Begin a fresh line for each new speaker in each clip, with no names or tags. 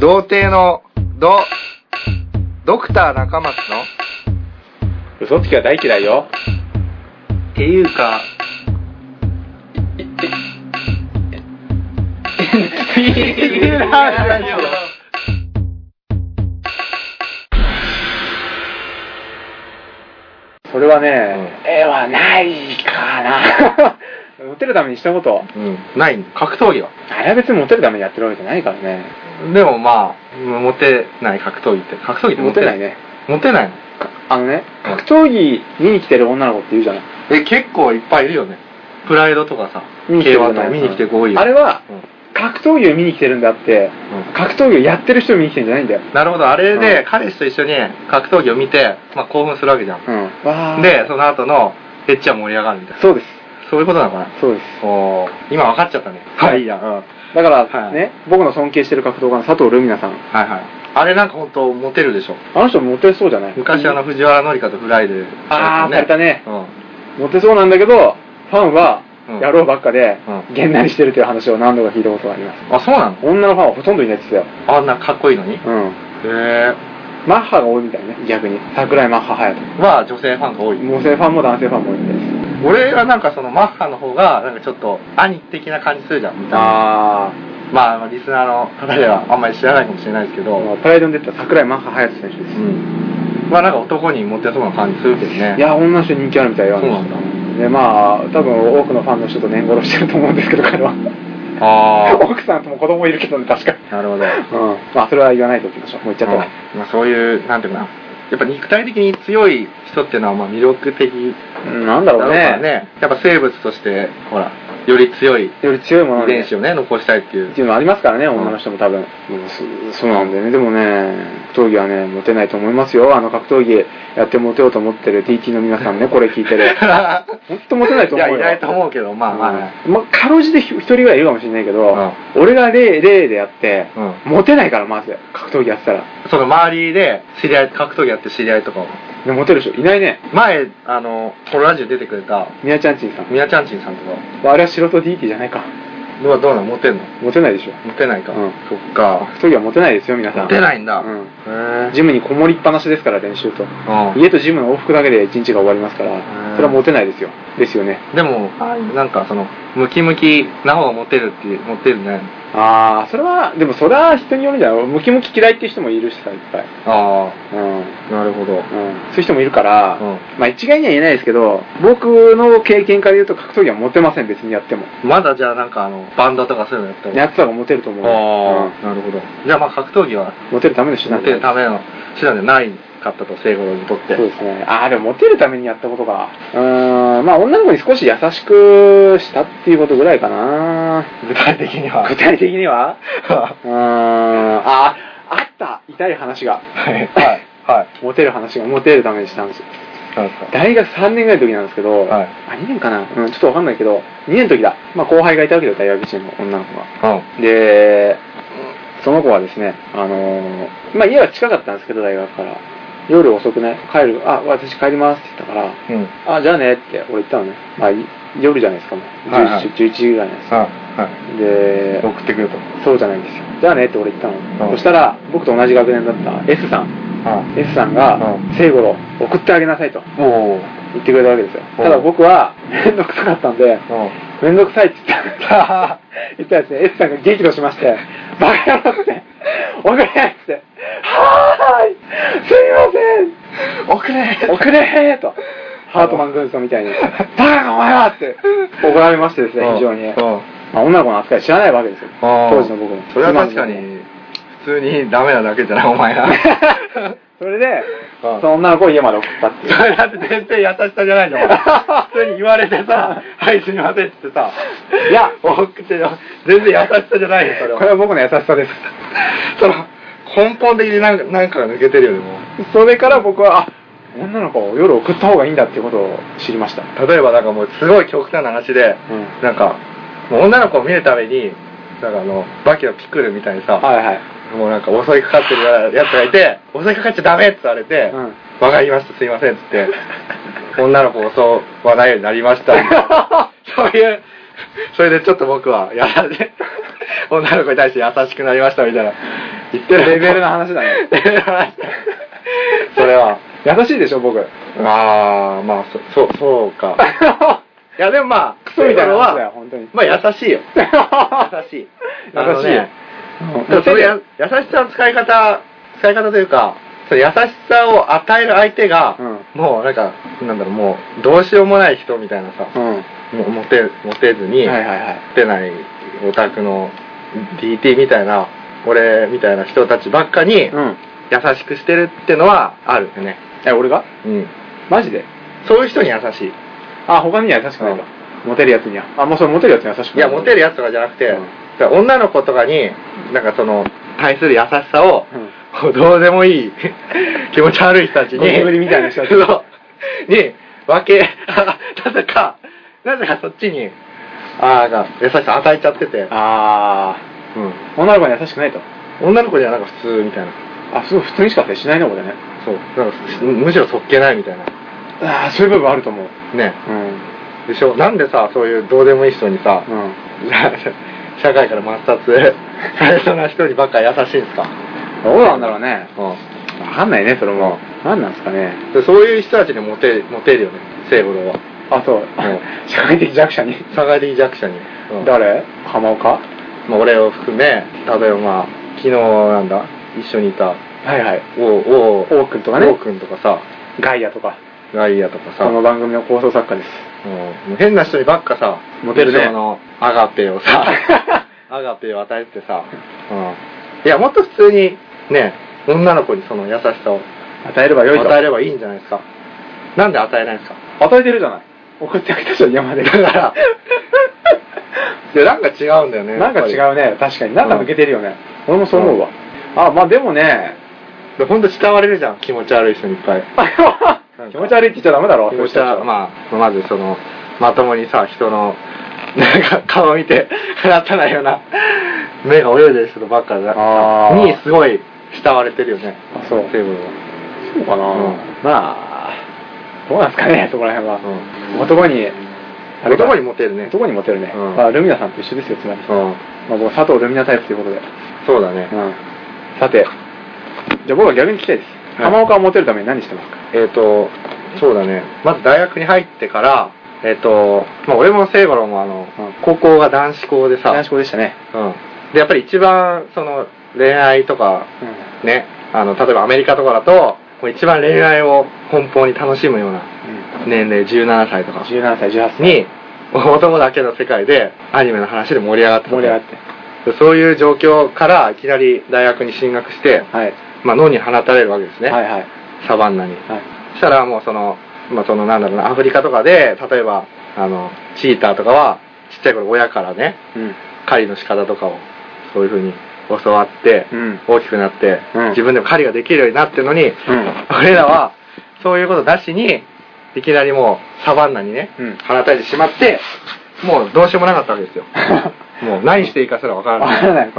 童貞の、ド、ドクター中松の
嘘つきは大嫌いよ。
っていうか、
それはね、絵はないかな。 モテるためにしたこと。
うん。ない。格闘技は。
あれは別にモテるためにやってるわけじゃないからね。
でもまあ、モテない格闘技って。格闘技って
モ
モ
テ
テ
な
ないい。
ね。
モテないの
かあのね、
うん
格闘技見に来てる女の子って言うじゃない。
え、結構いっぱいいるよね。プライドとかさ、
見に来て
K1
る女
と
の
か
子
見に来てこいよ。
あれは、
うん
格闘技を見に来てるんだって、
う
格闘技をやってる人を見に来てるんじゃないんだよ。
んなるほど、あれ
う
で
ん
彼氏と一緒に格闘技を見て、まあ興奮するわけじゃん。
うん。わー
で、、その後のエッチは盛り上がるみたいな。
そうです。
そういうことなのかな
そうです。
おー今分かっちゃったね。
はい
いや、うん。はい
だから、
はい
ね、僕の尊敬してる格闘家の佐藤ルミナさん。
はい。あれなんか本当モテるでしょ。
あの人モテそうじゃない
昔あの藤原紀香とフライデー。
あーされたね
うん。
モテそうなんだけど、ファンは
うん
野郎ばっかで
う、ん
げんなりしてるという話を何度か聞いたことがあります。
あ、そうなの
女のファンはほとんどいないって言って
あんなかっこいいのにへ
たよ。うん。
え。
マッハが多いみたいね、逆に。桜井マッハ隼人。
は女性ファンが多い。
女性ファンも男性ファンも多いみたいです。
俺はなんかそのマッハの方が、なんかちょっと兄的な感じするじゃん。見た目
あ
まあ、リスナーの方ではあんまり知らないかもしれないですけど、
プライドに出てた桜井マッハ隼人選手で
う
す。
ん。まあなんか男にモテそうな感じするけどね。
いや、女の人人気あるみたいよ。
そうなんだ
で、まあ、多分多くのファンの人と年頃してると思うんですけど、彼は。
ああ。
奥さんとも子供いるけどね、確かに。
なるほど。
うん。まあ、それは言わないとおきましょう。もう言っちゃったわ。
うんまあ、そういうなんていうかなやっぱ肉体的に強い人っていうのはまあ魅力的
うん、なんだ
だろ
ろう
うからね
ね。
やっぱ生物としてほらより強い
より強いもの
遺
をね
伝子をね残したいっていう
っていうのありますからね、
ん
女の人も多分。うんそそうなんだよね。でもね、格闘技はね、モテないと思いますよ。あの格闘技やってモテようと思ってる TT の皆さ んね、これ聞いてる。本当モテないと
い
思
や
う
い
よ。
ないと思うけどまあまあ、
うんまあ、かろうじて一人ぐらいいるかもしれないけど、俺が例例でやって、
うん
モテないから、まず。格闘技やってたら。
その周りで知り合い格闘技やって知り合いとかも
でモテる人いないね。
前あのこのラジオ出てくれた
みやちゃんちんさん。
みやちゃんちんさんとか
あれは素人 DT じゃないか。
どうどうなのモテんの
モテないでしょ。
モテないか、
うん
そっか
格闘技はモテないですよ、皆さん。
モテないんだ、
うん
へえ
ジムにこもりっぱなしですから、練習と。
うん
家とジムの往復だけで一日が終わりますから
う、ん
それはモテないですよ。ですよね。
でも、なんかその、ムキムキな方がモテるって、モテるね。
ああ、それは、でもそれは人によるんじゃないムキムキ嫌いっていう人もいるしさ、いっぱい。
あ
うん。うん。
あ、なるほど。
そういう人もいるから、
うん
まあ一概には言えないですけど、僕の経験から言うと格闘技はモテません、別にやっても。
まだじゃあなんかあの、バンドとかそういうのやった
やってた方がモテると思うよ。
ああ、なるほど。じゃあまあ格闘技は、
うんモテるための手
モ
段
テるための手段じゃないかったと、聖五郎にとって。
そうですね。ああ、でもモテるためにやったことか。うーん、まあ女の子に少し優しくしたっていうことぐらいかな。
具体的には。
具体的には
は
うーん、あ、あった痛い話が。
い。はい。はい。
モテる話が、モテるためにしたんですよ。
なんですか。
大学3年ぐらいの時なんですけど、
はい
あ、2年かなうん、ちょっとわかんないけど、2年の時だ。まあ後輩がいたわけだよ、大学1年の女の子が。
うん。
で、その子はですね、あのーまあ家は近かったんですけど、大学から。夜遅くね、帰る、あ、私帰りますって言ったから、
うん。
あ、じゃあねって俺言ったのね。まあ、い夜じゃないですか、もう。
はいはい
11時11時ぐらいなんですよ。
は
で
い。、送ってくると。
そうじゃないんですよ。じゃあねって俺言ったの。
うん
そしたら、僕と同じ学年だった S さん。
あ
S さんが
う、
聖五郎、送ってあげなさいと
おお。
言ってくれたわけですよ。
うん
ただ僕は、めんどくさかったんで、
うん。
めんどくさいって言った。言ったら ですね、S さんが激怒しまして、バカ野郎って、送れって、はーいすいません
送れ
遅れーと、ハートマン軍曹みたいに、バカかお前はって 怒られましてですね、非常に。
うん。
まあ、女の子の扱い知らないわけですよ、
あー
当時の僕も。
それは確かに、普通にダメなだけじゃない、お前ら。
それで、
うん
その女の子を家まで送ったっていう。
それだって 全然優しさじゃないの。 お前普通に言われて さ、はい、すみませんって言ってさ、
いや、
多くてよ、全然優しさじゃないよ、それ
これ
は。
は僕の優しさです。
その、根本的になんかなんかが抜けてるよね、も
それから僕は、あ女の子を夜送った方がいいんだっていうことを知りました。
う。例えばなんかもうすごい極端な話で、
うん
なんか、もう女の子を見るために、なんかあの、バキのピクルみたいにさ、
はいはい。
もうなんか襲いかかってるようなやつがいて、襲いかかっちゃダメって言われて、
うん
わかりました、すい ませんってって、女の子を襲わないようになりましたみたいなそういうそれでちょっと僕はやられ女の子に対して優しくなりましたみたいな言ってる
レベルの話だね
レベルの話だそれは
優しいでしょ僕
ああまあそそうそうかいやでもまあ
クソみたいな話だよ
は
本当に
まあ優しいよ優し いあのね
優しいよ
でもそれや優しさの使い方使い方というかその優しさを与える相手が、
う
もうなんかなんだろうもうどうしようもない人みたいなさ、
うんは
もうモテモテずに、
いはいはい
モテないオタクの DT みたいな俺みたいな人たちばっかに優
うん
しくしてるってのはあるよね、
え俺が
うん、
マジで
そういう人に優しい
あ他には優しくないかモテるやつにはあもうそれモテるやつには優しく
い
ない
やモテるやつとかじゃなくて、
うん
だから女の子とかになんかその対する優しさを、
うん
どうでもいい 気持ち悪い人たちに
ゴキブリみたいな人たち
そうに分け なぜかなぜかそっちにああなんか優しさ与えちゃってて、
あ
うん、
あ女の子に優しくないと
女の子にはなんか普通みたいな
あすごい普通にしか接しないね俺ね
そうなんかむむしろそっけないみたいな
ああそういう部分あると思う
ね
うん
でしょなんでさそういうどうでもいい人にさ、
うん
社会から抹殺されそうな人にばっか優しいんですか、
どうなんだろうね
う
わかんないねそれも何なんですかね
ん、でそういう人たちにモテモテるよね聖五郎は
あそう社会的弱者に
社会的弱者に、うん
誰浜岡は
まあ、俺を含め例えばまあ昨日なんだ一緒にいた
いはい
王王
王くんとかね
王くんとかさ
ガイアとか
ガイアとかさ
この番組の構想作家です
うん変な人にばっかさ
モテるね
理想のアガペをさアガペを与えてさ、うん、いやもっと普通にね女の子にその優しさを
与えればよいと
与えればいいんじゃないですかなんで与えないんですか
与えてるじゃない送ってきた人は山で
だからいやなんか違うんだよね
なんか違
やっ
うね確かになんか抜けてるよね、俺もそう思うわ、あまあでもね
ぱりほんと慕われるじゃん気持ち悪い人にいっぱい
気持ち悪いって言っちゃダメだろ
気持ち悪いまあまずそのまともにさ人のなんか顔を見て 笑ったないような目が泳いでる人ばっかだ
あー
にすごい慕われてるよね
あそう
セブンは
そうかな、
うん
まあどうなんですかね そこら辺は、
うん
男にあれか
男にモテるね
男にモテるね、
うん
まあ、ルミナさんと一緒ですよつまり、
うん
まあ、僕佐藤ルミナタイプということで、う
そうだね
ん、さてじゃあ僕は逆に聞きたいです、
はい
浜岡をモテるために何してますか
えっ、とそうだねまず大学に入ってからえっ、と、まあ、俺も聖五郎もあの、
うん
高校が男子校でさ
男子校でしたね、
うんでやっぱり一番その恋愛とか
うん
ねあの例えばアメリカとかだともう一番恋愛を奔放に楽しむような年齢17歳とか
17歳18歳
に男だけの世界でアニメの話で盛り上がってた
盛り上がって
そういう状況からいきなり大学に進学して、
はい、
まあ、脳に放たれるわけですね、
はいはい
サバンナに
はい
そしたらもうその,、まあ、そのなんだろうなアフリカとかで例えばあのチーターとかはちっちゃい頃親からね
うん
狩りの仕方とかをそういうふうに教わって、
うん
大きくなって、
うん
自分でも狩りができるようになってるのに、
うん
俺らはそういうことなしにいきなりもうサバンナにね、
うん
放たれてしまってもうどうしようもなかったわけですよもう何していいかすらわから ない
わからない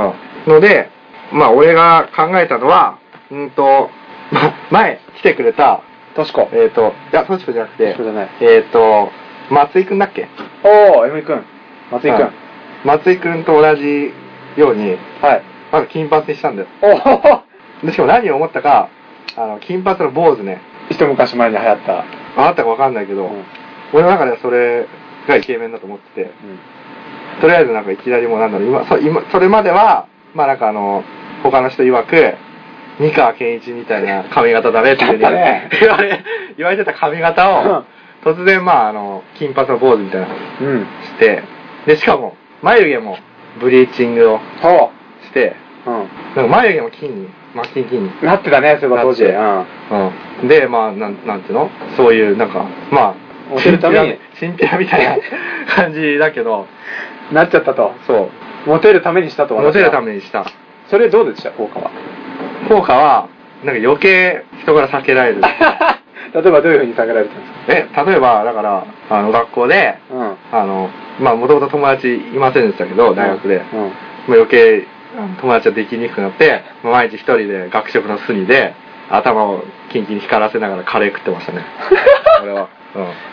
うんのでまあ俺が考えたのはうんと、ま、前来てくれた
トシコ
えっ、といやトシコじゃなくて
トシコじゃない
えっ、と松井くんだっけ
おお M 井君松井君
うん松井くんと同じように
はい
まず金髪にしたんだよ
おお
でしかも何を思ったかあの金髪の坊主ね
一昔前に流行った
あなたかわかんないけど、
うん
俺の中ではそれがイケメンだと思っててとりあえずなんかいきなりもうなんだろう今そ今それまではまあなんかあの他の人曰く三河健一みたいな髪型だねっていうふうに
だ ね
言われ言われてた髪型を突然まああの金髪の坊主みたいなの
うん
してでしかも眉毛もブリーチングを
ほ
して
ううん
なんか眉毛も金に真っ金金に
なってたねそういえば当時う
なんうん、でまあなんなんていうのそういうなんかまあ
モテるために
チンピラチンピラみたいな感じだけど
なっちゃったと
そう
モテるためにしたと私は
モテるためにした
それどうでした効 果は
効果はなんか余計人から避けられる
例えばどういうふうに下げられたんですか
え例えばだからあの学校で
うん
あのまあもともと友達いませんでしたけど大学で、
う
も
ん
う余計あの友達はできにくくなってまあ毎日一人で学食の隅で頭をキンキンに光らせながらカレー食ってましたね俺は、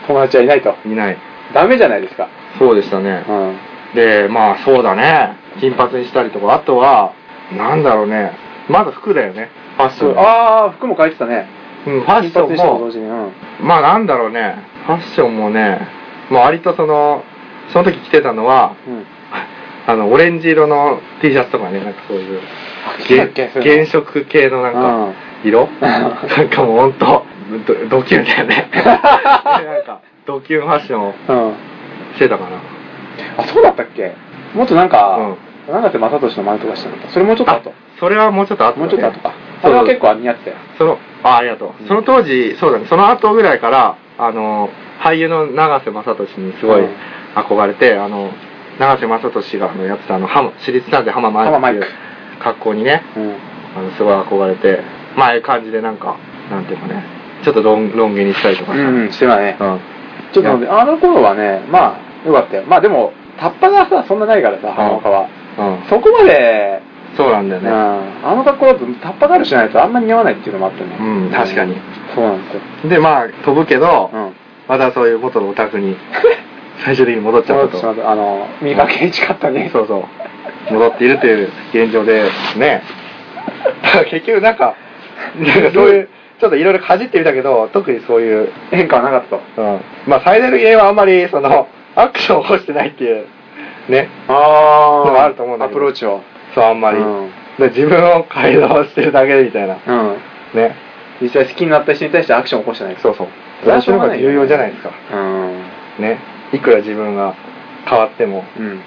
友達はいないと
うん、いない
ダメじゃないですか
そうでしたね
うん
で、まあそうだね。金髪にしたりとか、あとは、なんだろうね。まず服だよね。ファッション。
ああ、服も変えてたね。
うん、ファッション
金髪にしたの同
も、
時に。うん。
まあなんだろうね。ファッションもね、まあ割とその、その時着てたのは、
うん。
あの、オレンジ色の T シャツとかね、なんかそういう、
あ、来たっけ
原原色系のなんか、色なんかもうほんと、ドドキュンだよ ね。なんか、ドキュンファッションを
うん。 うん。
してたかな。
あ、そうだったっけもっとなん
う
か
ん、
なんだって正俊の真似とかしてなかった。それもうちょっと
あ
後。
それはもうちょっと後だね
もうちょっと後か。
そ
そうれ
そう
は結構似合ってたよ。
そのあありがとう、
うん
その当時そうだねその後ぐらいからあの俳優の永瀬正敏にすごい
うん
憧れて、あの永瀬正敏があのやってたあのハム私立探偵浜
浜マ
前っ
イ
てい
ク
う格好にね
うん。
あのすごい憧れてまあああいう感じでなんかなんていうかねちょっとロンロン毛にしたりとかさ
うん、してたね。
うん
ちょっとねあの頃はね、まあ、よかったよ。まあでも、タッパがさ、そんなないからさ、浜岡は。
うん
そこまで、
そうなんだよ
うん、
ね、
あの格好だとタッパガールしないとあんま似合わないっていうのもあったね。
うん確かに。
そうなんですよ。
でまあ飛ぶけど、
うん。
またそういう元のオタク に最終的に戻っちゃう
戻っ
と
てしまった。あの、三河健一かったね。
そうそう。戻っているという現状で、ね。だから 結局なんか、なんかそういう、ちょっといろいろかじってみたけど、特にそういう、
変化はなかったと。
うん。まあ、最大の原因はあんまり、その、アクションを起こしてないっていう、ね。
あ
ー
あると思うんだけど
アプロー
チを。
そう、あんまり。
うん
で自分を改造してるだけみたいな。
うん。
ね。
実際好きになった人に対してアクションを起こしてないです。
そうそう。
それはし
そ
ょ
の
う
方
が
が
ないよ
重
ね
要じゃないですか。
うん。
ね。いくら自分が変わっても、
うん。
例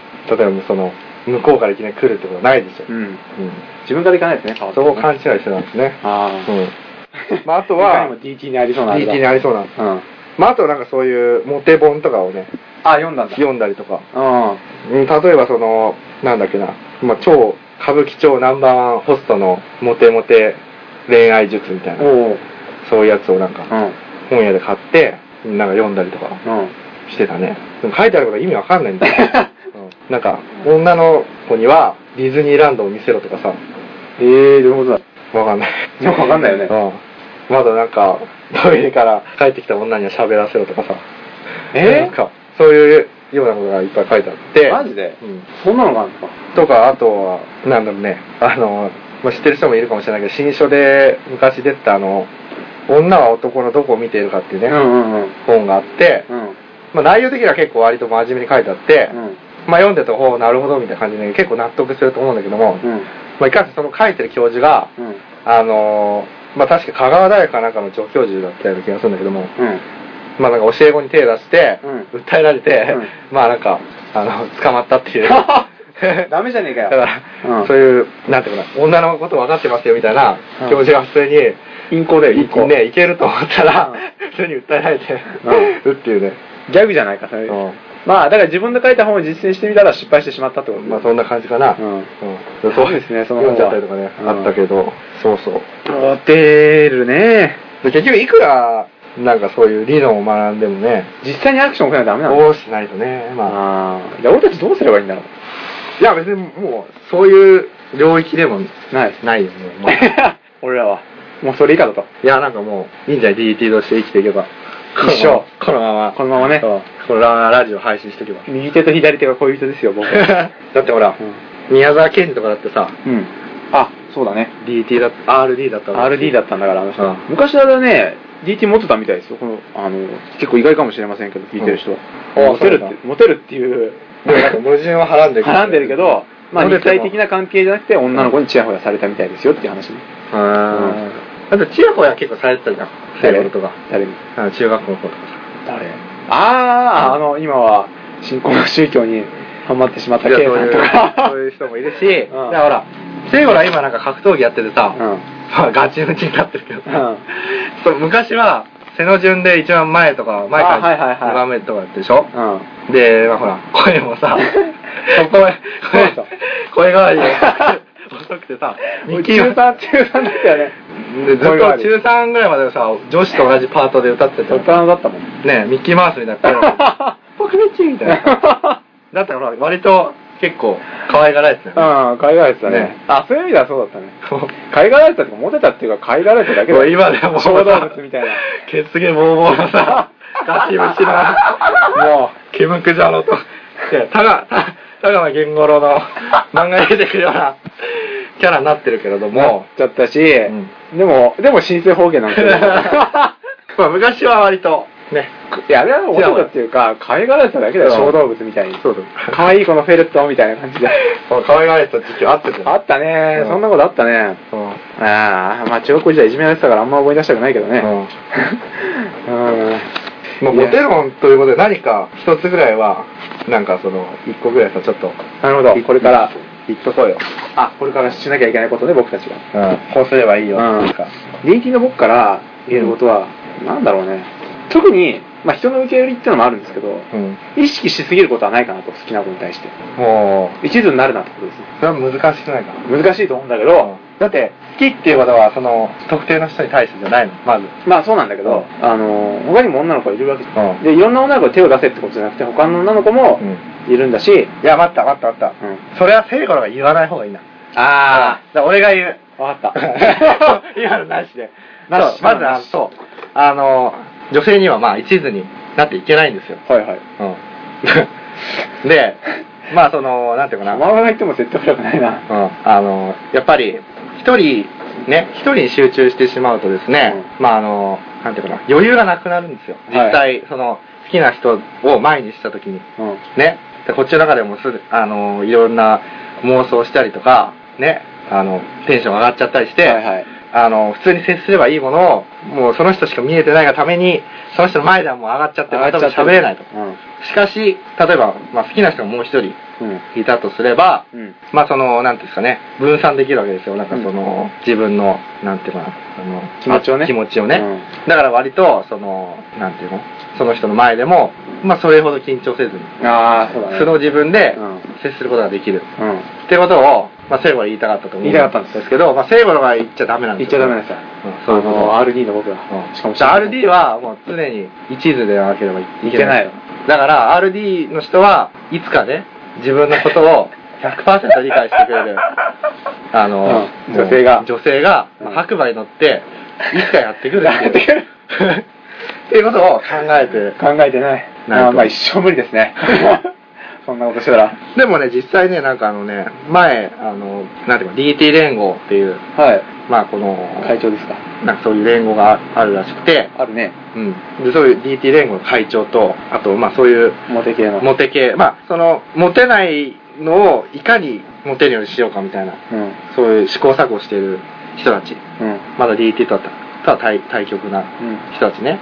えばその、向こうからいきなり来るってことはないでしょ。
う
うん
ん。自分から行かないですね、変わった
そ
こ
ことを
ね
勘違いしてたんですね。
ああ。
うん。まあ、あと
他
は
に、も DT にありそうなあれだ
DT にありそうなんです。
うん。
まあ、あとなんかそういうモテ本とかをね、
あ、読んだんだ。
読んだりとか、
うん。
うん例えばその、なんだっけな、まあ、超、歌舞伎町ナンバーワンホストのモテモテ恋愛術みたいな、
おお。
そういうやつをなんか
う、ん。
本屋で買って、なんか読んだりとか
うん。
してたね。でも書いてあることは意味わかんないんだよ。うんなんか、女の子にはディズニーランドを見せろとかさ、
ええー、どういうことだ
わかんない。
よくわかんないよね。
うん。まだなんか、トイレから帰ってきた女には喋らせろとかさ。
えー
なんか、そういうようなことがいっぱい書いてあって。
マジで
うん。
そんなのがあるのか。
とか、あとは、なんだろうね、あの、まあ、知ってる人もいるかもしれないけど、新書で昔出てたあの、女は男のどこを見ているかっていうね、
うんうんうん。
本があって、
うん。
まあ、内容的には結構割と真面目に書いてあって、
うん。
まあ、読んでると、おうなるほどみたいな感じで、結構納得すると思うんだけども、
うん。
まあ、いかんせんその書いてる教授が、
うん。
あのーまあ確か香川大学かなんかの助教授だったような気がするんだけども、
うん。
まあなんか教え子に手出して、
う
訴えられて、
う
まあなんか、あの、捕まったって いう。だ
ダメじゃねえか
か
よ。
ら、
うん
そういう、なんていうかな、女のこと分かってますよみたいな、
うん
教授が普通に、
インコだよ、インコ。
ね、いけると思ったら、
うん
普通に訴えられて、 うっていうね。
ギャグじゃないか、それ。
う
まあ、だから自分で書いた本を実践してみたら失敗してしまったってこと
ん。まあそんな感じかな。
うん
うん
そうですねその
読んじゃったりとかね、
うん
あったけど、そうそう。
モテるね。
で結局いくら、なんかそういう理論を学んでもね、
実際にアクションを起こさないとダメなんだ。
こうしないとね、まあ。
ああ。いや、俺たちどうすればいいんだろ
いや、別にもう、そういう領域でも
う。ない。
ないよね。 まあい
俺らは。もうそれ以下だと。
や、なんかもう、いいんじゃない ?DT として生きていけば。
一生
このまま。
このままね。
そうこのままラジオ配信していけば
右手と左手が恋人ですよ、僕。
だってほら、宮沢賢治とかだってさ、
うん。あ、そうだね。
DT だっ RD だったわけ
RD だったんだから、あの人
うん。
昔はね、DT 持ってたみたいですよ。この、あの、結構意外かもしれませんけど、聞いてる人は。
うんあ
モテる
そ
っ
うなん
て、モテるっていう、
でもなんか矛盾ははらんでる
絡んでるけ、ど、まあ、
モテ
肉
ても
体的な関係じゃなくて、女の子にチヤホヤされたみたいですよっていう話ね。
うーん。だって、チヤホヤ結構されてたじゃん。そういうことが。
誰に
あの中学校の子とか
誰ああ、あの、今は、信仰の宗教にハマってしまった
さ。い
ケ
や
イ
そう
さんと
いう、
か
そう。いう人もいるし、で
うん
ほら、聖子ら今なんか格闘技やっててさ、
うん。
ま あ、ガチムチになってるけど、
うん
そう昔は背の順で一番前とか前か
あはいはい
ら
はい
2番目とかやってるでしょ、
うん。
で、まあ、ほら声も さそこへ
そうそう
声変わり が遅くてさ
中
ミキは
3、中3だったよね。
でずっと中3ぐらいまでさ女子と同じパートで歌ってて
大人だったもん。
ねミッキーマウスみたい な僕ミッキーみたいな だったらほら割と結構可愛がられてたよね
うん、海外やつだね
ね。
あ、そういう意味ではそうだったね。
そう
海外やつだってモテたっていうか、海外やつだけ
も
だ
う今ではもう
小動物みたいな。
血毛ボーボーのさガチムチな
も
毛むくじゃろと。いや、たが、ただから言語郎の漫画に出てくるようなキャラになってるけれど
なっ
も、
ちゃったし、
ん
でも、でも申請方言なん ですよ。
まあ昔は割と、ね。
いや、あれは男っていうか、可愛がられただけだよ、
うん
小動物みたいに。
そうだ。
可愛いこのフェレットみたいな感じで。
可愛がられた時期はあってた
あったね、
うん
そんなことあったね。
うん。うん。
ああ、まあ中学校時代いじめられてたからあんま思い出したくないけどね。 うん。
まあ、
いや
モテ論ということで何か一つぐらいは、なんかその、一個ぐらいさ、ちょっと、
なるほど、これから、
言っとこうよ。
あ、これからしなきゃいけないことね、僕たちは。
うん。こうすればいいよ、
うん
とか。
DT の僕から言えることは、なんだろうね。特に、まあ人の受け売りっていうのもあるんですけど、
うん。
意識しすぎることはないかなと、好きなことに対して。
もう、
一途になるなってことですね。
それは難しくないかな。
難しいと思うんだけど、
だって、好きっていうことは、その、特定の人に対してじゃないの、まず。
まあそうなんだけど、あのー、他にも女の子がいるわけじゃんで、いろんな女の子に手を出せってことじゃなくて、他の女の子も
うん。
いるんだし、
いや、待った待った待った。
うん。
それは聖子の方が言わない方がいいな。
あ
だから俺が言 う。
あ、わかった。
今のなしで。
なし
そうまずあの、そう。あの、女性にはまあ一途になっていけないんですよ。
はいはい。
うん。 で、まあその、なんていうかな。
お前が言っても説得力ないな。
うん、あのやっぱり一人ね一人に集中してしまうとですね、まああのなんていうかな余裕がなくなるんですよ実際、
は
その好きな人を前にした時に
うん。
ねでこっちの中でもするあのいろんな妄想したりとかねあのテンション上がっちゃったりして、
はいはい。
あの普通に接すればいいものをもうその人しか見えてないがためにその人の前ではもう上がっちゃってまた喋れないと
うん。
しかし例えば、まあ、好きな人がもう一人
うん。
いたとすれば
うん。
まあその、なんていうんですかね、分散できるわけですよ。なんかその、自分の、なんていうかな、あの、
気持ちをね
あ気持ちをね。だから割と、その、なんていうの、その人の前でも、まあそれほど緊張せずに、
うん。ああ、そうだね。
素の自分で
うん。
接することができる。
うん。
ってことを、まあ聖語は言いたかったと思う。
言いたかったんです
けど、まあ聖語の場合言っちゃダメなん
言っ
です
ちゃ
よ。
ダメなん
す。
ですよ。
うん、そういうこと
も
を。
う RD の僕が。しかも、
じゃあ RD はもう常に一途でなければい
い
け
け
な
ないい。
だから RD の人はいつかね、自分のことを100%理解してくれる。あの、
うん
もう
女性が
女性が、まあ
うん
白馬に乗って、いつかやってくる
や
っ
ってて
い
く
う。
る
っていうことを考えて。
考えてない。
ないと
まあまあ一生無理ですね。そんなことしたら。
でもね、実際ね、なんかあのね、前、あの、なんていうか、DT 連合っていう、
はい。
まあこの、
会長ですか。
なんかそういう連合があるらしくて、
あるね。
うん。で、そういう DT 連合の会長と、あと、まあそういう、
モテ系の。
モテ系。まあ、その、モテないのをいかにモテるようにしようかみたいな、
うん。
そういう試行錯誤してる人たち。
うん。
まだ DT とはとは対対極な
うん。
人たちね。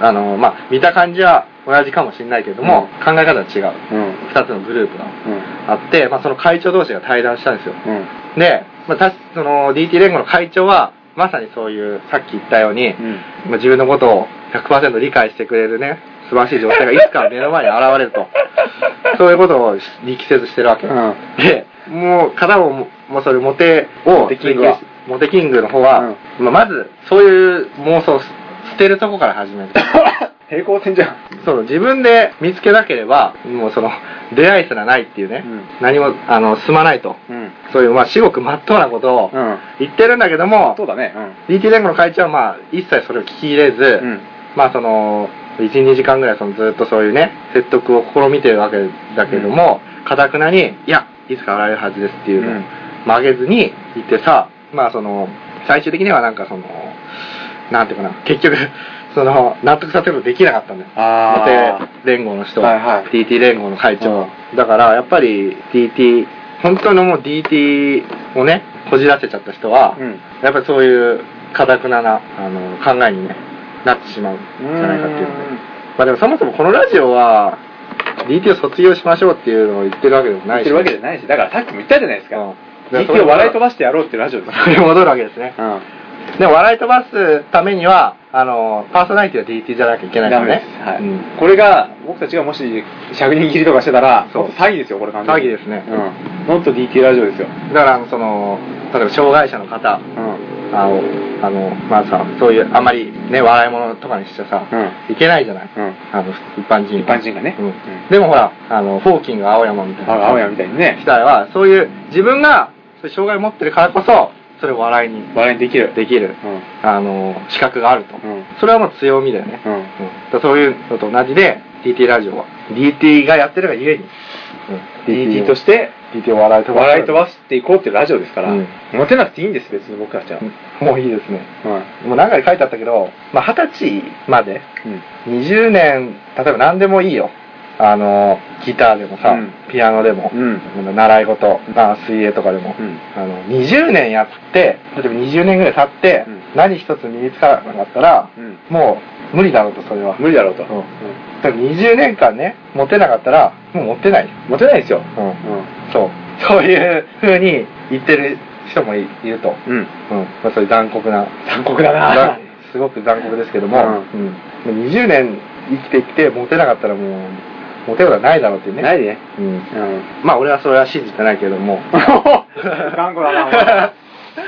うん。
あの、まあ、見た感じは同じかもしれないけれども、
うん
考え方は違う。
うん。
二つのグループが
うん。
あって、まあ、その会長同士が対談したんですよ。
うん。
で、まあ、たその DT 連合の会長は、まさにそういう、さっき言ったように、
うん。
まあ、自分のことを100%理解してくれるね、素晴らしい女 性がいつか目の前に現れると。そういうことを力せずしてるわけ。
うん。
で、もう、片方も、もうそれ、モテを、
モテキングは
モテキングの方は、まあまず、そういう妄想を捨てるとこから始める。
平行線じゃん。
その自分で見つけなければ、もうその、出会いすらないっていうね、
うん
何も、あの、進まないと。
うん。
そういう、まあ、至極真っ当なことを
うん。
言ってるんだけども、
そうだね。
DT 連合の会長は、まあ、一切それを聞き入れず、
うん。うん。
まあその、1、2時間ぐらいそのずっとそういうね、説得を試みてるわけだけども、かたくなに、いや、いつか現れるはずですっていうのを、
うん
曲げずに言ってさ、まあその、最終的にはなんかその、なんていうかな、結局、 その、納得させることできなかったんだよ。
あー
モテ連合の人、
はいはい
DT 連合の会長。
う
だから、やっぱり DT、本当のもう DT をね、こじらせちゃった人は、
うん。
やっぱりそういう、かたくなな、あの、考えにね、なってしまうんじゃないかっていうので。まあでもそもそもこのラジオは、DT を卒業しましょうっていうのを言ってるわけでも
言
ない
っ
し。
てるわけじゃないし、だからさっきも言ったじゃないですか。
うん
実況笑い飛ばしてやろうっていうラジオです。
それに戻るわけですね。
うん。
でも笑い飛ばすためには、あの、パーソナリティは DT じゃなきゃいけないか
ダ
ら
メ
ね
です。。はい
うん。
これが、僕たちがもし、100人切りとかしてたら、
そう
本当詐欺ですよ、これ完全に
詐欺ですね
うん。ノット DT ラジオですよ。
だから、その、例えば障害者の方、
うん。
あの、あのまあさ、そういう、あまりね、笑い物とかにしちゃさ、
うん。
いけないじゃない。
うん。
あの、一般人は。
一般人がね。
うん
うん
でもほら、あの、ホーキング青山みたいな。
あ青山みたいにね、
人は、そういう、自分が、そういう障害を持ってるからこそ、それを笑いに
笑いにできる。
できる、
うん。
あの、資格があると。
うん。
それはもう強みだよね。
うん。
うんだからそういうのと同じで、 DT ラジオは DT がやってるがゆえに、
DT としてて
DT を笑い飛ば
笑い飛
ば
ばしていこうっていうラジオですから、
うん
モテなくていいんです別に僕たちは、
もういいですね
はい
もう何回書いてあったけどまあ二十、歳まで
うん
20年例えば何でもいいよあのギターでもさ、
うん
ピアノでも、
うん
習い事、まあ、水泳とかでも、
うん
あの20年やって例えば20年ぐらい経って、
うん
何一つ身につかなかったら
うん
もう無理だろうとそれは
無理だろうと、
うんだから20年間ねモテなかったらもうモテない、う
モテないですよ、
ん
う
そうそういう風に言ってる人もいいると、
んうん、
うんまあ、そういう残酷な
残酷だ
ざ
なん
すごく残酷ですけども、
う
うんもう20年生きてきてモテなかったらもうモテることはないだろうっていうね
ないね
うん
うん
まあ俺はそれは信じてないけども
頑固だなお前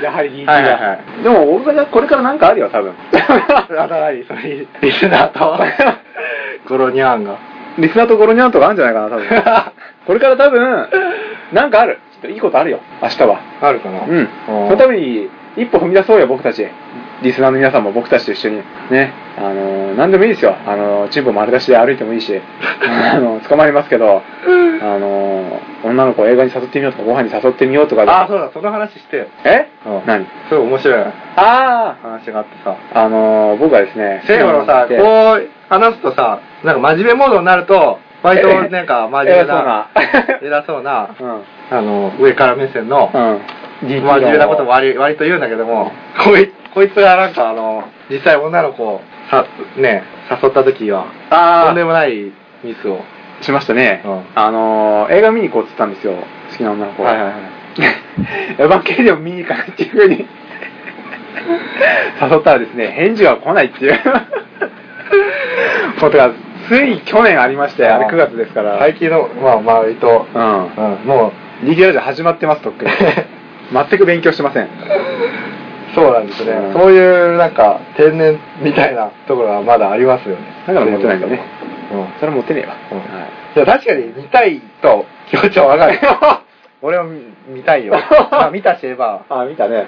やはり DT
はいはいはい
でも大阪これからなんかあるよ多分
あな何それ リスナーとゴロニャンが
リスナーとゴロニャンとかあるんじゃないかな多分これから多分なんかあるちょっといいことあるよ明日は
あるかな
うんそのために一歩踏み出そうよ僕たちリスナーの皆さんも僕たちと一緒にねあのー何でもいいですよあのーチンポ丸出しで歩いてもいいしあのー捕まりますけどあのー女の子を映画に誘ってみようとかご飯に誘ってみようとか
ああそうだその話して
え
うん
何
すごい面白い
あ
話があってさ
ああのー僕はですね
せいのさこ
う
う話すとさなんか真面目モードになると割となんか真面目な
偉そ
偉そうな
うな
あの上から目線の
うんうん
真面目なことも割割と言うんだけどもこいこいつがなんかあの実際女の子をさね誘った時は
あ
と
あ
んでもないミスを
しましたね、
うん
あのー映画見に行こうって言ったんですよ好きな女の子が
はいはいはい
エヴァンゲリオン見に行かないっていうふうに 誘ったらですね返事が来ないっていう ことがつい去年ありましてあれ
あー
9月ですから、
最近のまあ割と
う
う
ん
んもう
DT ラジオ始まってますとっくに全く勉強してません
そうなんですね、
うん
そういうなんか天然みたいなところはまだありますよね
だからモテないんだね
うん
それはモテねえわ、
うん
はい
いや確かに見たいと気持ちはわ かる俺も見たい よまあ見たしエヴァ、
あー見たね、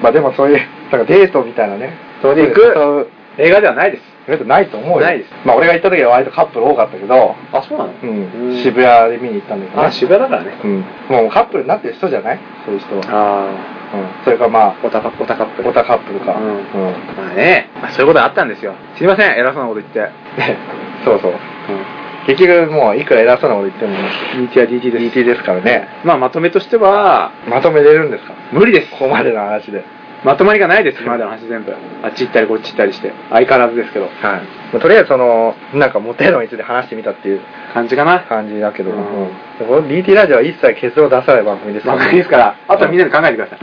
まあでもそういうなんかデートみたいなね
それで行く
そう
映画ではないです
いうことないと思うよ
ないです
まあ俺が行った時は割とカップル多かったけど、
あそうなの
うん、渋谷で見に行ったんだけど、ね、
あ渋谷だからね
うんもうカップルになってる人じゃないそういう人は、う
あ
ん、それかまあ
あオタカオタカップル
オタカップルか、
うん
うん
まあね、まあ、そういうことあったんですよすいません偉そうなこと言って、
ねそうそう結局もういくら偉そうなこと言っても
DT は DT です
DT ですからね
まあまとめとしては
まとめれるんですか
無理です
ここまでの話で、
まとまりがないです今までの話全部あっち行ったりこっち行ったりして相変わらずですけど
はい、とりあえずそのなんかモテ論について話してみたっていう
感じかな
感じだけど、
う
うんんこの DT ラジオは一切結論出さない番組です
わかりですからあとはみんなで考えてください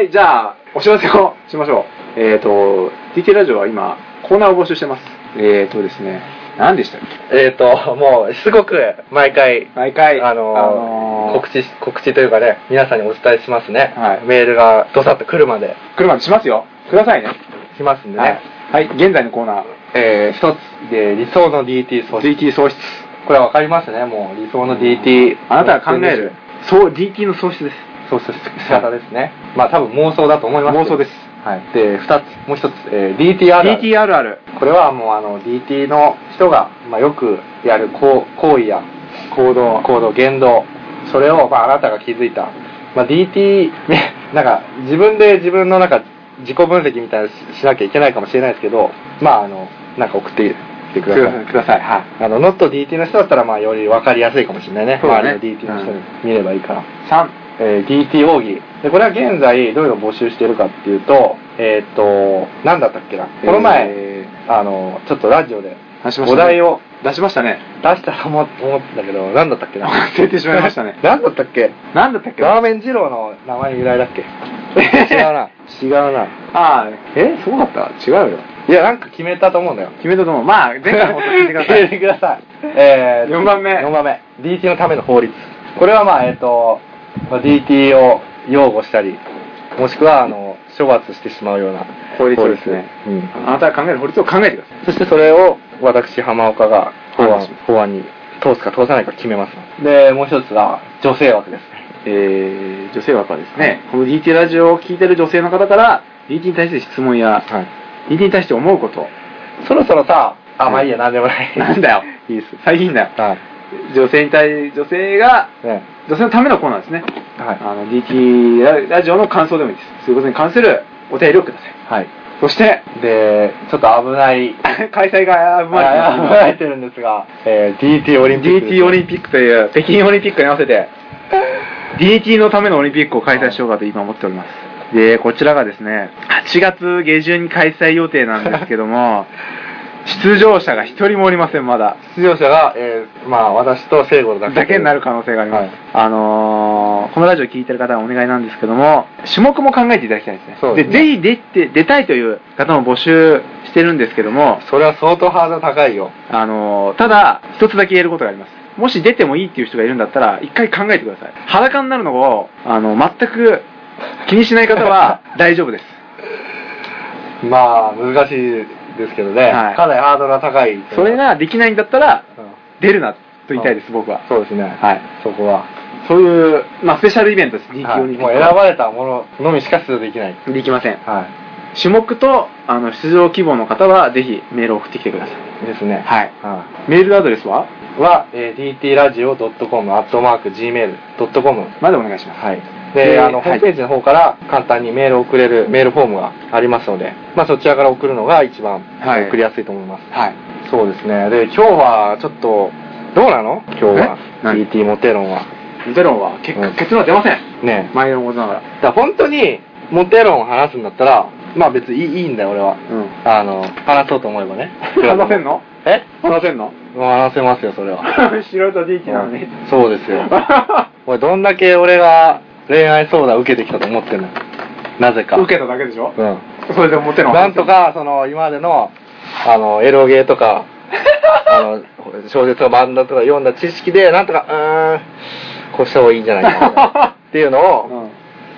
はいじゃあお知らせをしましょうえっ、と DT ラジオは今コーナーを募集してますえっ、とですね何でしたっけ
えっ、ともうしつこく毎回
毎回
あのー告知告知というかね皆さんにお伝えしますね、
はい
メールがどさっと来るまで
車でしますよくださいね
来ますんでね、
はい、はい、現在のコーナー
えー一つで理想の DT 喪失
DT 喪失
これは分かりますねもう理想の DT
あなたが考えるそう DT の喪失です
そうそう仕方ですねまあ多分妄想だと思います
妄想です
はい、で2つもう1つ、えー DTR
DTRR
これはもうあの DT の人が、まあ、よくやる行行為や
行動
行動言動それを、まあ、あなたが気づいた、まあ、DT ね なんか自分で自分のなんか自己分析みたいなのししなきゃいけないかもしれないですけどまああのなんか送ってきてください
くださいはい
あのノット DT の人だったらまあより分かりやすいかもしれないね
そうだね
周りの DT の人に見ればいいから、
3
えー DT 奥義でこれは現在どういうのを募集しているかっていうとえーっ、と何だったっけなこの前、
え
あのちょっとラジオで
ー出しましたね
お題を
出しましたね
出したと思思ったけど何だったっけな
忘れてしまいましたね
何だったっけ
何だったっけ
ラーメン二郎の名前由来だっ け違うな違うな
ああえそうだった違うよ
いやなんか決めたと思うんだよ
決めたと思うまあ前回のこと聞いてくださ
聞い
い
てくださいえ
四番目
4番目 DT のための法律これはまあえっ、とまあ DT を擁護したりもしくはあの処罰してしまうような
法律ですね
うん
あなたが考える法律を考えてくださ
そしてそれを私浜岡が法
話
案
します
法案に通すか通さないか決めますでもう一つは女性枠ですね
いえー女性枠はですねこの DT ラジオを聞いてる女性の方から DT に対すして質問や
はい
DT に対して思うこと
そろそろさあ、まあいいや、なんでもない。
なんだよ。
いいっす。
最近だよ。
はい。
女性に対、女性が、
ね。
女性のためのコーナーですね。
はい。
あの、DT ラジオの感想でもいいです。そういうことに関するお便りをください。
はい。
そして、
で、ちょっと危ない、
開催が危
まあ、危
な
ないいてるんですが、えー、DT オリンピック。
DT オリンピックという北京オリンピックに合わせて DT のためのオリンピックを開催しようかと今思っておりますでこちらがですね8月下旬に開催予定なんですけ ども出場者が1人もおりませんまだ
出場者が、えー、まあ、私と聖子だけ。
だけになる。可能性があります、
はい
あのーこのラジオ聞いてる方はお願いなんですけども種目も考えていただきたいですね
そうですね
ぜひ出て出たいという方も募集してるんですけども
それは相当ハードル高いよ。
あのーただ、一つだけ言えることがあります。もし出てもいいっていう人がいるんだったら、一回考えてください。裸になるのを、あの、全く気にしない方 は大丈夫です。
まあ、難しいですけどね。
はい
かなりハードルが高い。
それ、ができないんだったら、
うん、
出るなと言いたいです、僕は。
そうですね。
はい。
そこは。
そういう、まあ、スペシャルイベントです。
はい
オリンピッ
もう
ク
選ばれたもののみしか出場できない。
できません。
は
種目と、あの、出場希望の方は、ぜひメールを送ってきてください。
い。ですね。
はい。
は。
メールアドレスはい
は、えー、dtradio.com、アットマーク、gmail.com。
までお願いします。
はい。
で
で、あの、
はい
ホームページの方から簡単にメールを送れるメールフォームがありますので、まあそちらから送るのが一番
はい
送りやすいと思います。
はい。
そうですね。で、今日はちょっと、どうなの今日は
え。何
DT モテ論は。
モテ論は、結
うん
結論は出ません。
ね
前のことながら。
だから本当にモテ論を話すんだったら、まあ別にいいいいんだよ、俺は。
うん。
あの、話そうと思えばね。
話せんの
え
話せんの
もう話せますよ、それは。
素人 DT なのに。
そうですよ。
受
おい、どんだけ俺が恋愛相談受けてきたと思ってんのなぜか。
けただけでしょ
うん。
それでモテの。
なんと。か、その、今までの、あの、エロゲーとか、あの、小説とか漫画とか読んだ知識で、なんとか、うーん、こうした方がいいんじゃないか な、っていうの
う
を、
ん。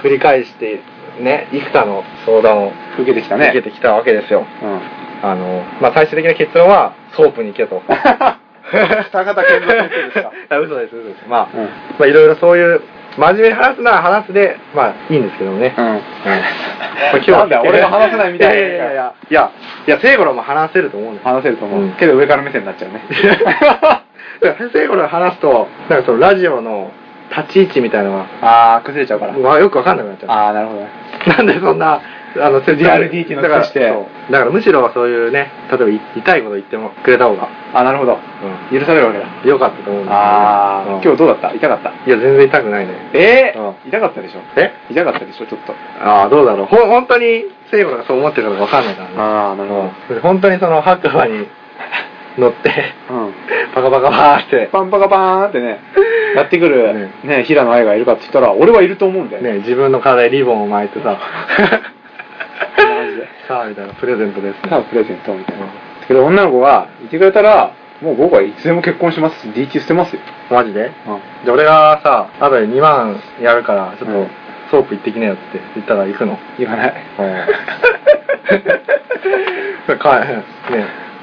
繰り返して、ね、幾多の相談を
受けてきた
受け
ね。
てきたわけですよ。
うん。
あの、まあ、最終的な結論は、ソープに行けと。
坂田健三先生ですか
あ嘘です、嘘です。まあ、
うん
まあ、いろいろそういう、真面目に話すなら話すで、まあ、いいんですけどもね。
うん。
これ今日
なんだよ俺が話せないみたい
い
な
やいやいやいやいや聖五郎も話せると思う んです
話せると思
う。
うんけど上から目線になっちゃ うね。
だから聖五郎話すとなんかそのラジオの立ち位置みたいなのが
あー、崩れちゃうから。
まあよくわかんなくなっちゃ
あー、なるほどね。
うなんでそんなあの
リアルディーティーの
だから
として
そうだからむしろそういうね例えばい痛いこと言ってもくれた方が、
あー、なるほど。許されるわけだ。
良かったと思うんですよね
あー、今
うん
日どうだった痛かった。
いや全然痛くないね
え
う
ー、痛かったでしょ
え
痛かったでしょちょっと。
ああどうだろうほん本当に聖五郎がそう思ってるのかわかんないからね
あー、なるほ
うん本当にその白馬に乗って
ど。うん。
パカパカパーって、
パンパカパーンって ね、やってくる、
ね
ね、平野愛がいるかって言ったら、俺はいると思うんだよね。
ね、自分の体にリボンを巻いてさ
ジで、
さあみたいなプレゼントです
さあ、
ね。
プレゼントみたいな。
うん
だけど、女の子がいてくれたら、もう僕はいつでも結婚しますし、DT 捨てますよ。
マジで
うん。
じゃあ俺がさ、あとで2万やるから、ちょっ
うん
とソープ行ってきなよって言ったら行くの。
言わない。
それかね、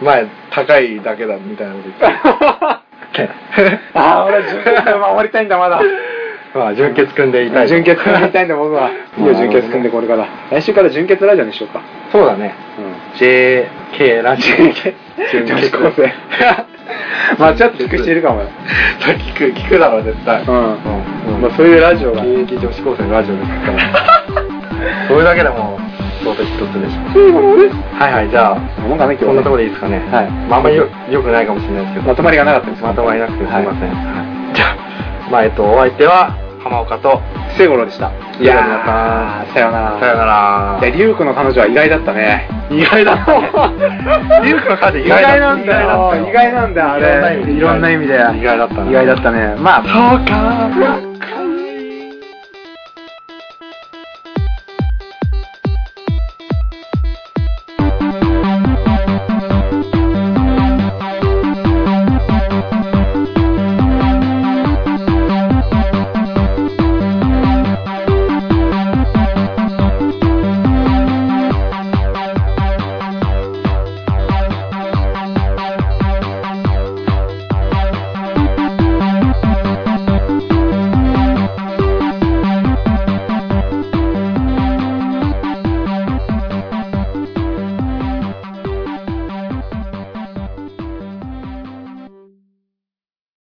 前高いだけだみたいなこと言って。
ああ、俺、純潔君守りたいんだ、まだ。
まあ、純潔くんでいたい。
純潔君守りたいんだ、 僕は。いいよ、純潔君でこれから。来週から純潔ラジオにしようか。
そうだね。
うん。
JK ラジオ。純
女
潔
子高生。間違って聞くしているかもよ。
聞く、聞くだろ、絶対。
うん。
うん
まあ、そういうラジオが。
現役女子高生のラジオですから それだけでも相当一つでしょはいはいじゃあ
なんかね、今日
こんなところでいいですかね
はい
まあ、あんまりよよくないかもしれないですけ
ま
ど
とまりがなかったです。
まとまりなくてすみません、
はい
はいじゃあまあえっとお相手は浜岡と
聖五郎でした。
いや
さよなら。
さよなら
いや、リュウクの彼女は意外だったね。
意外だ った リュウクの彼女意外だ
意外なんだよ。意外なんだよ、あれ。
い
い
ろ
ろ
ん
ん
な
な
意
意
味
味
で
で。
意外だったね
意外だったね。まあ。
そうか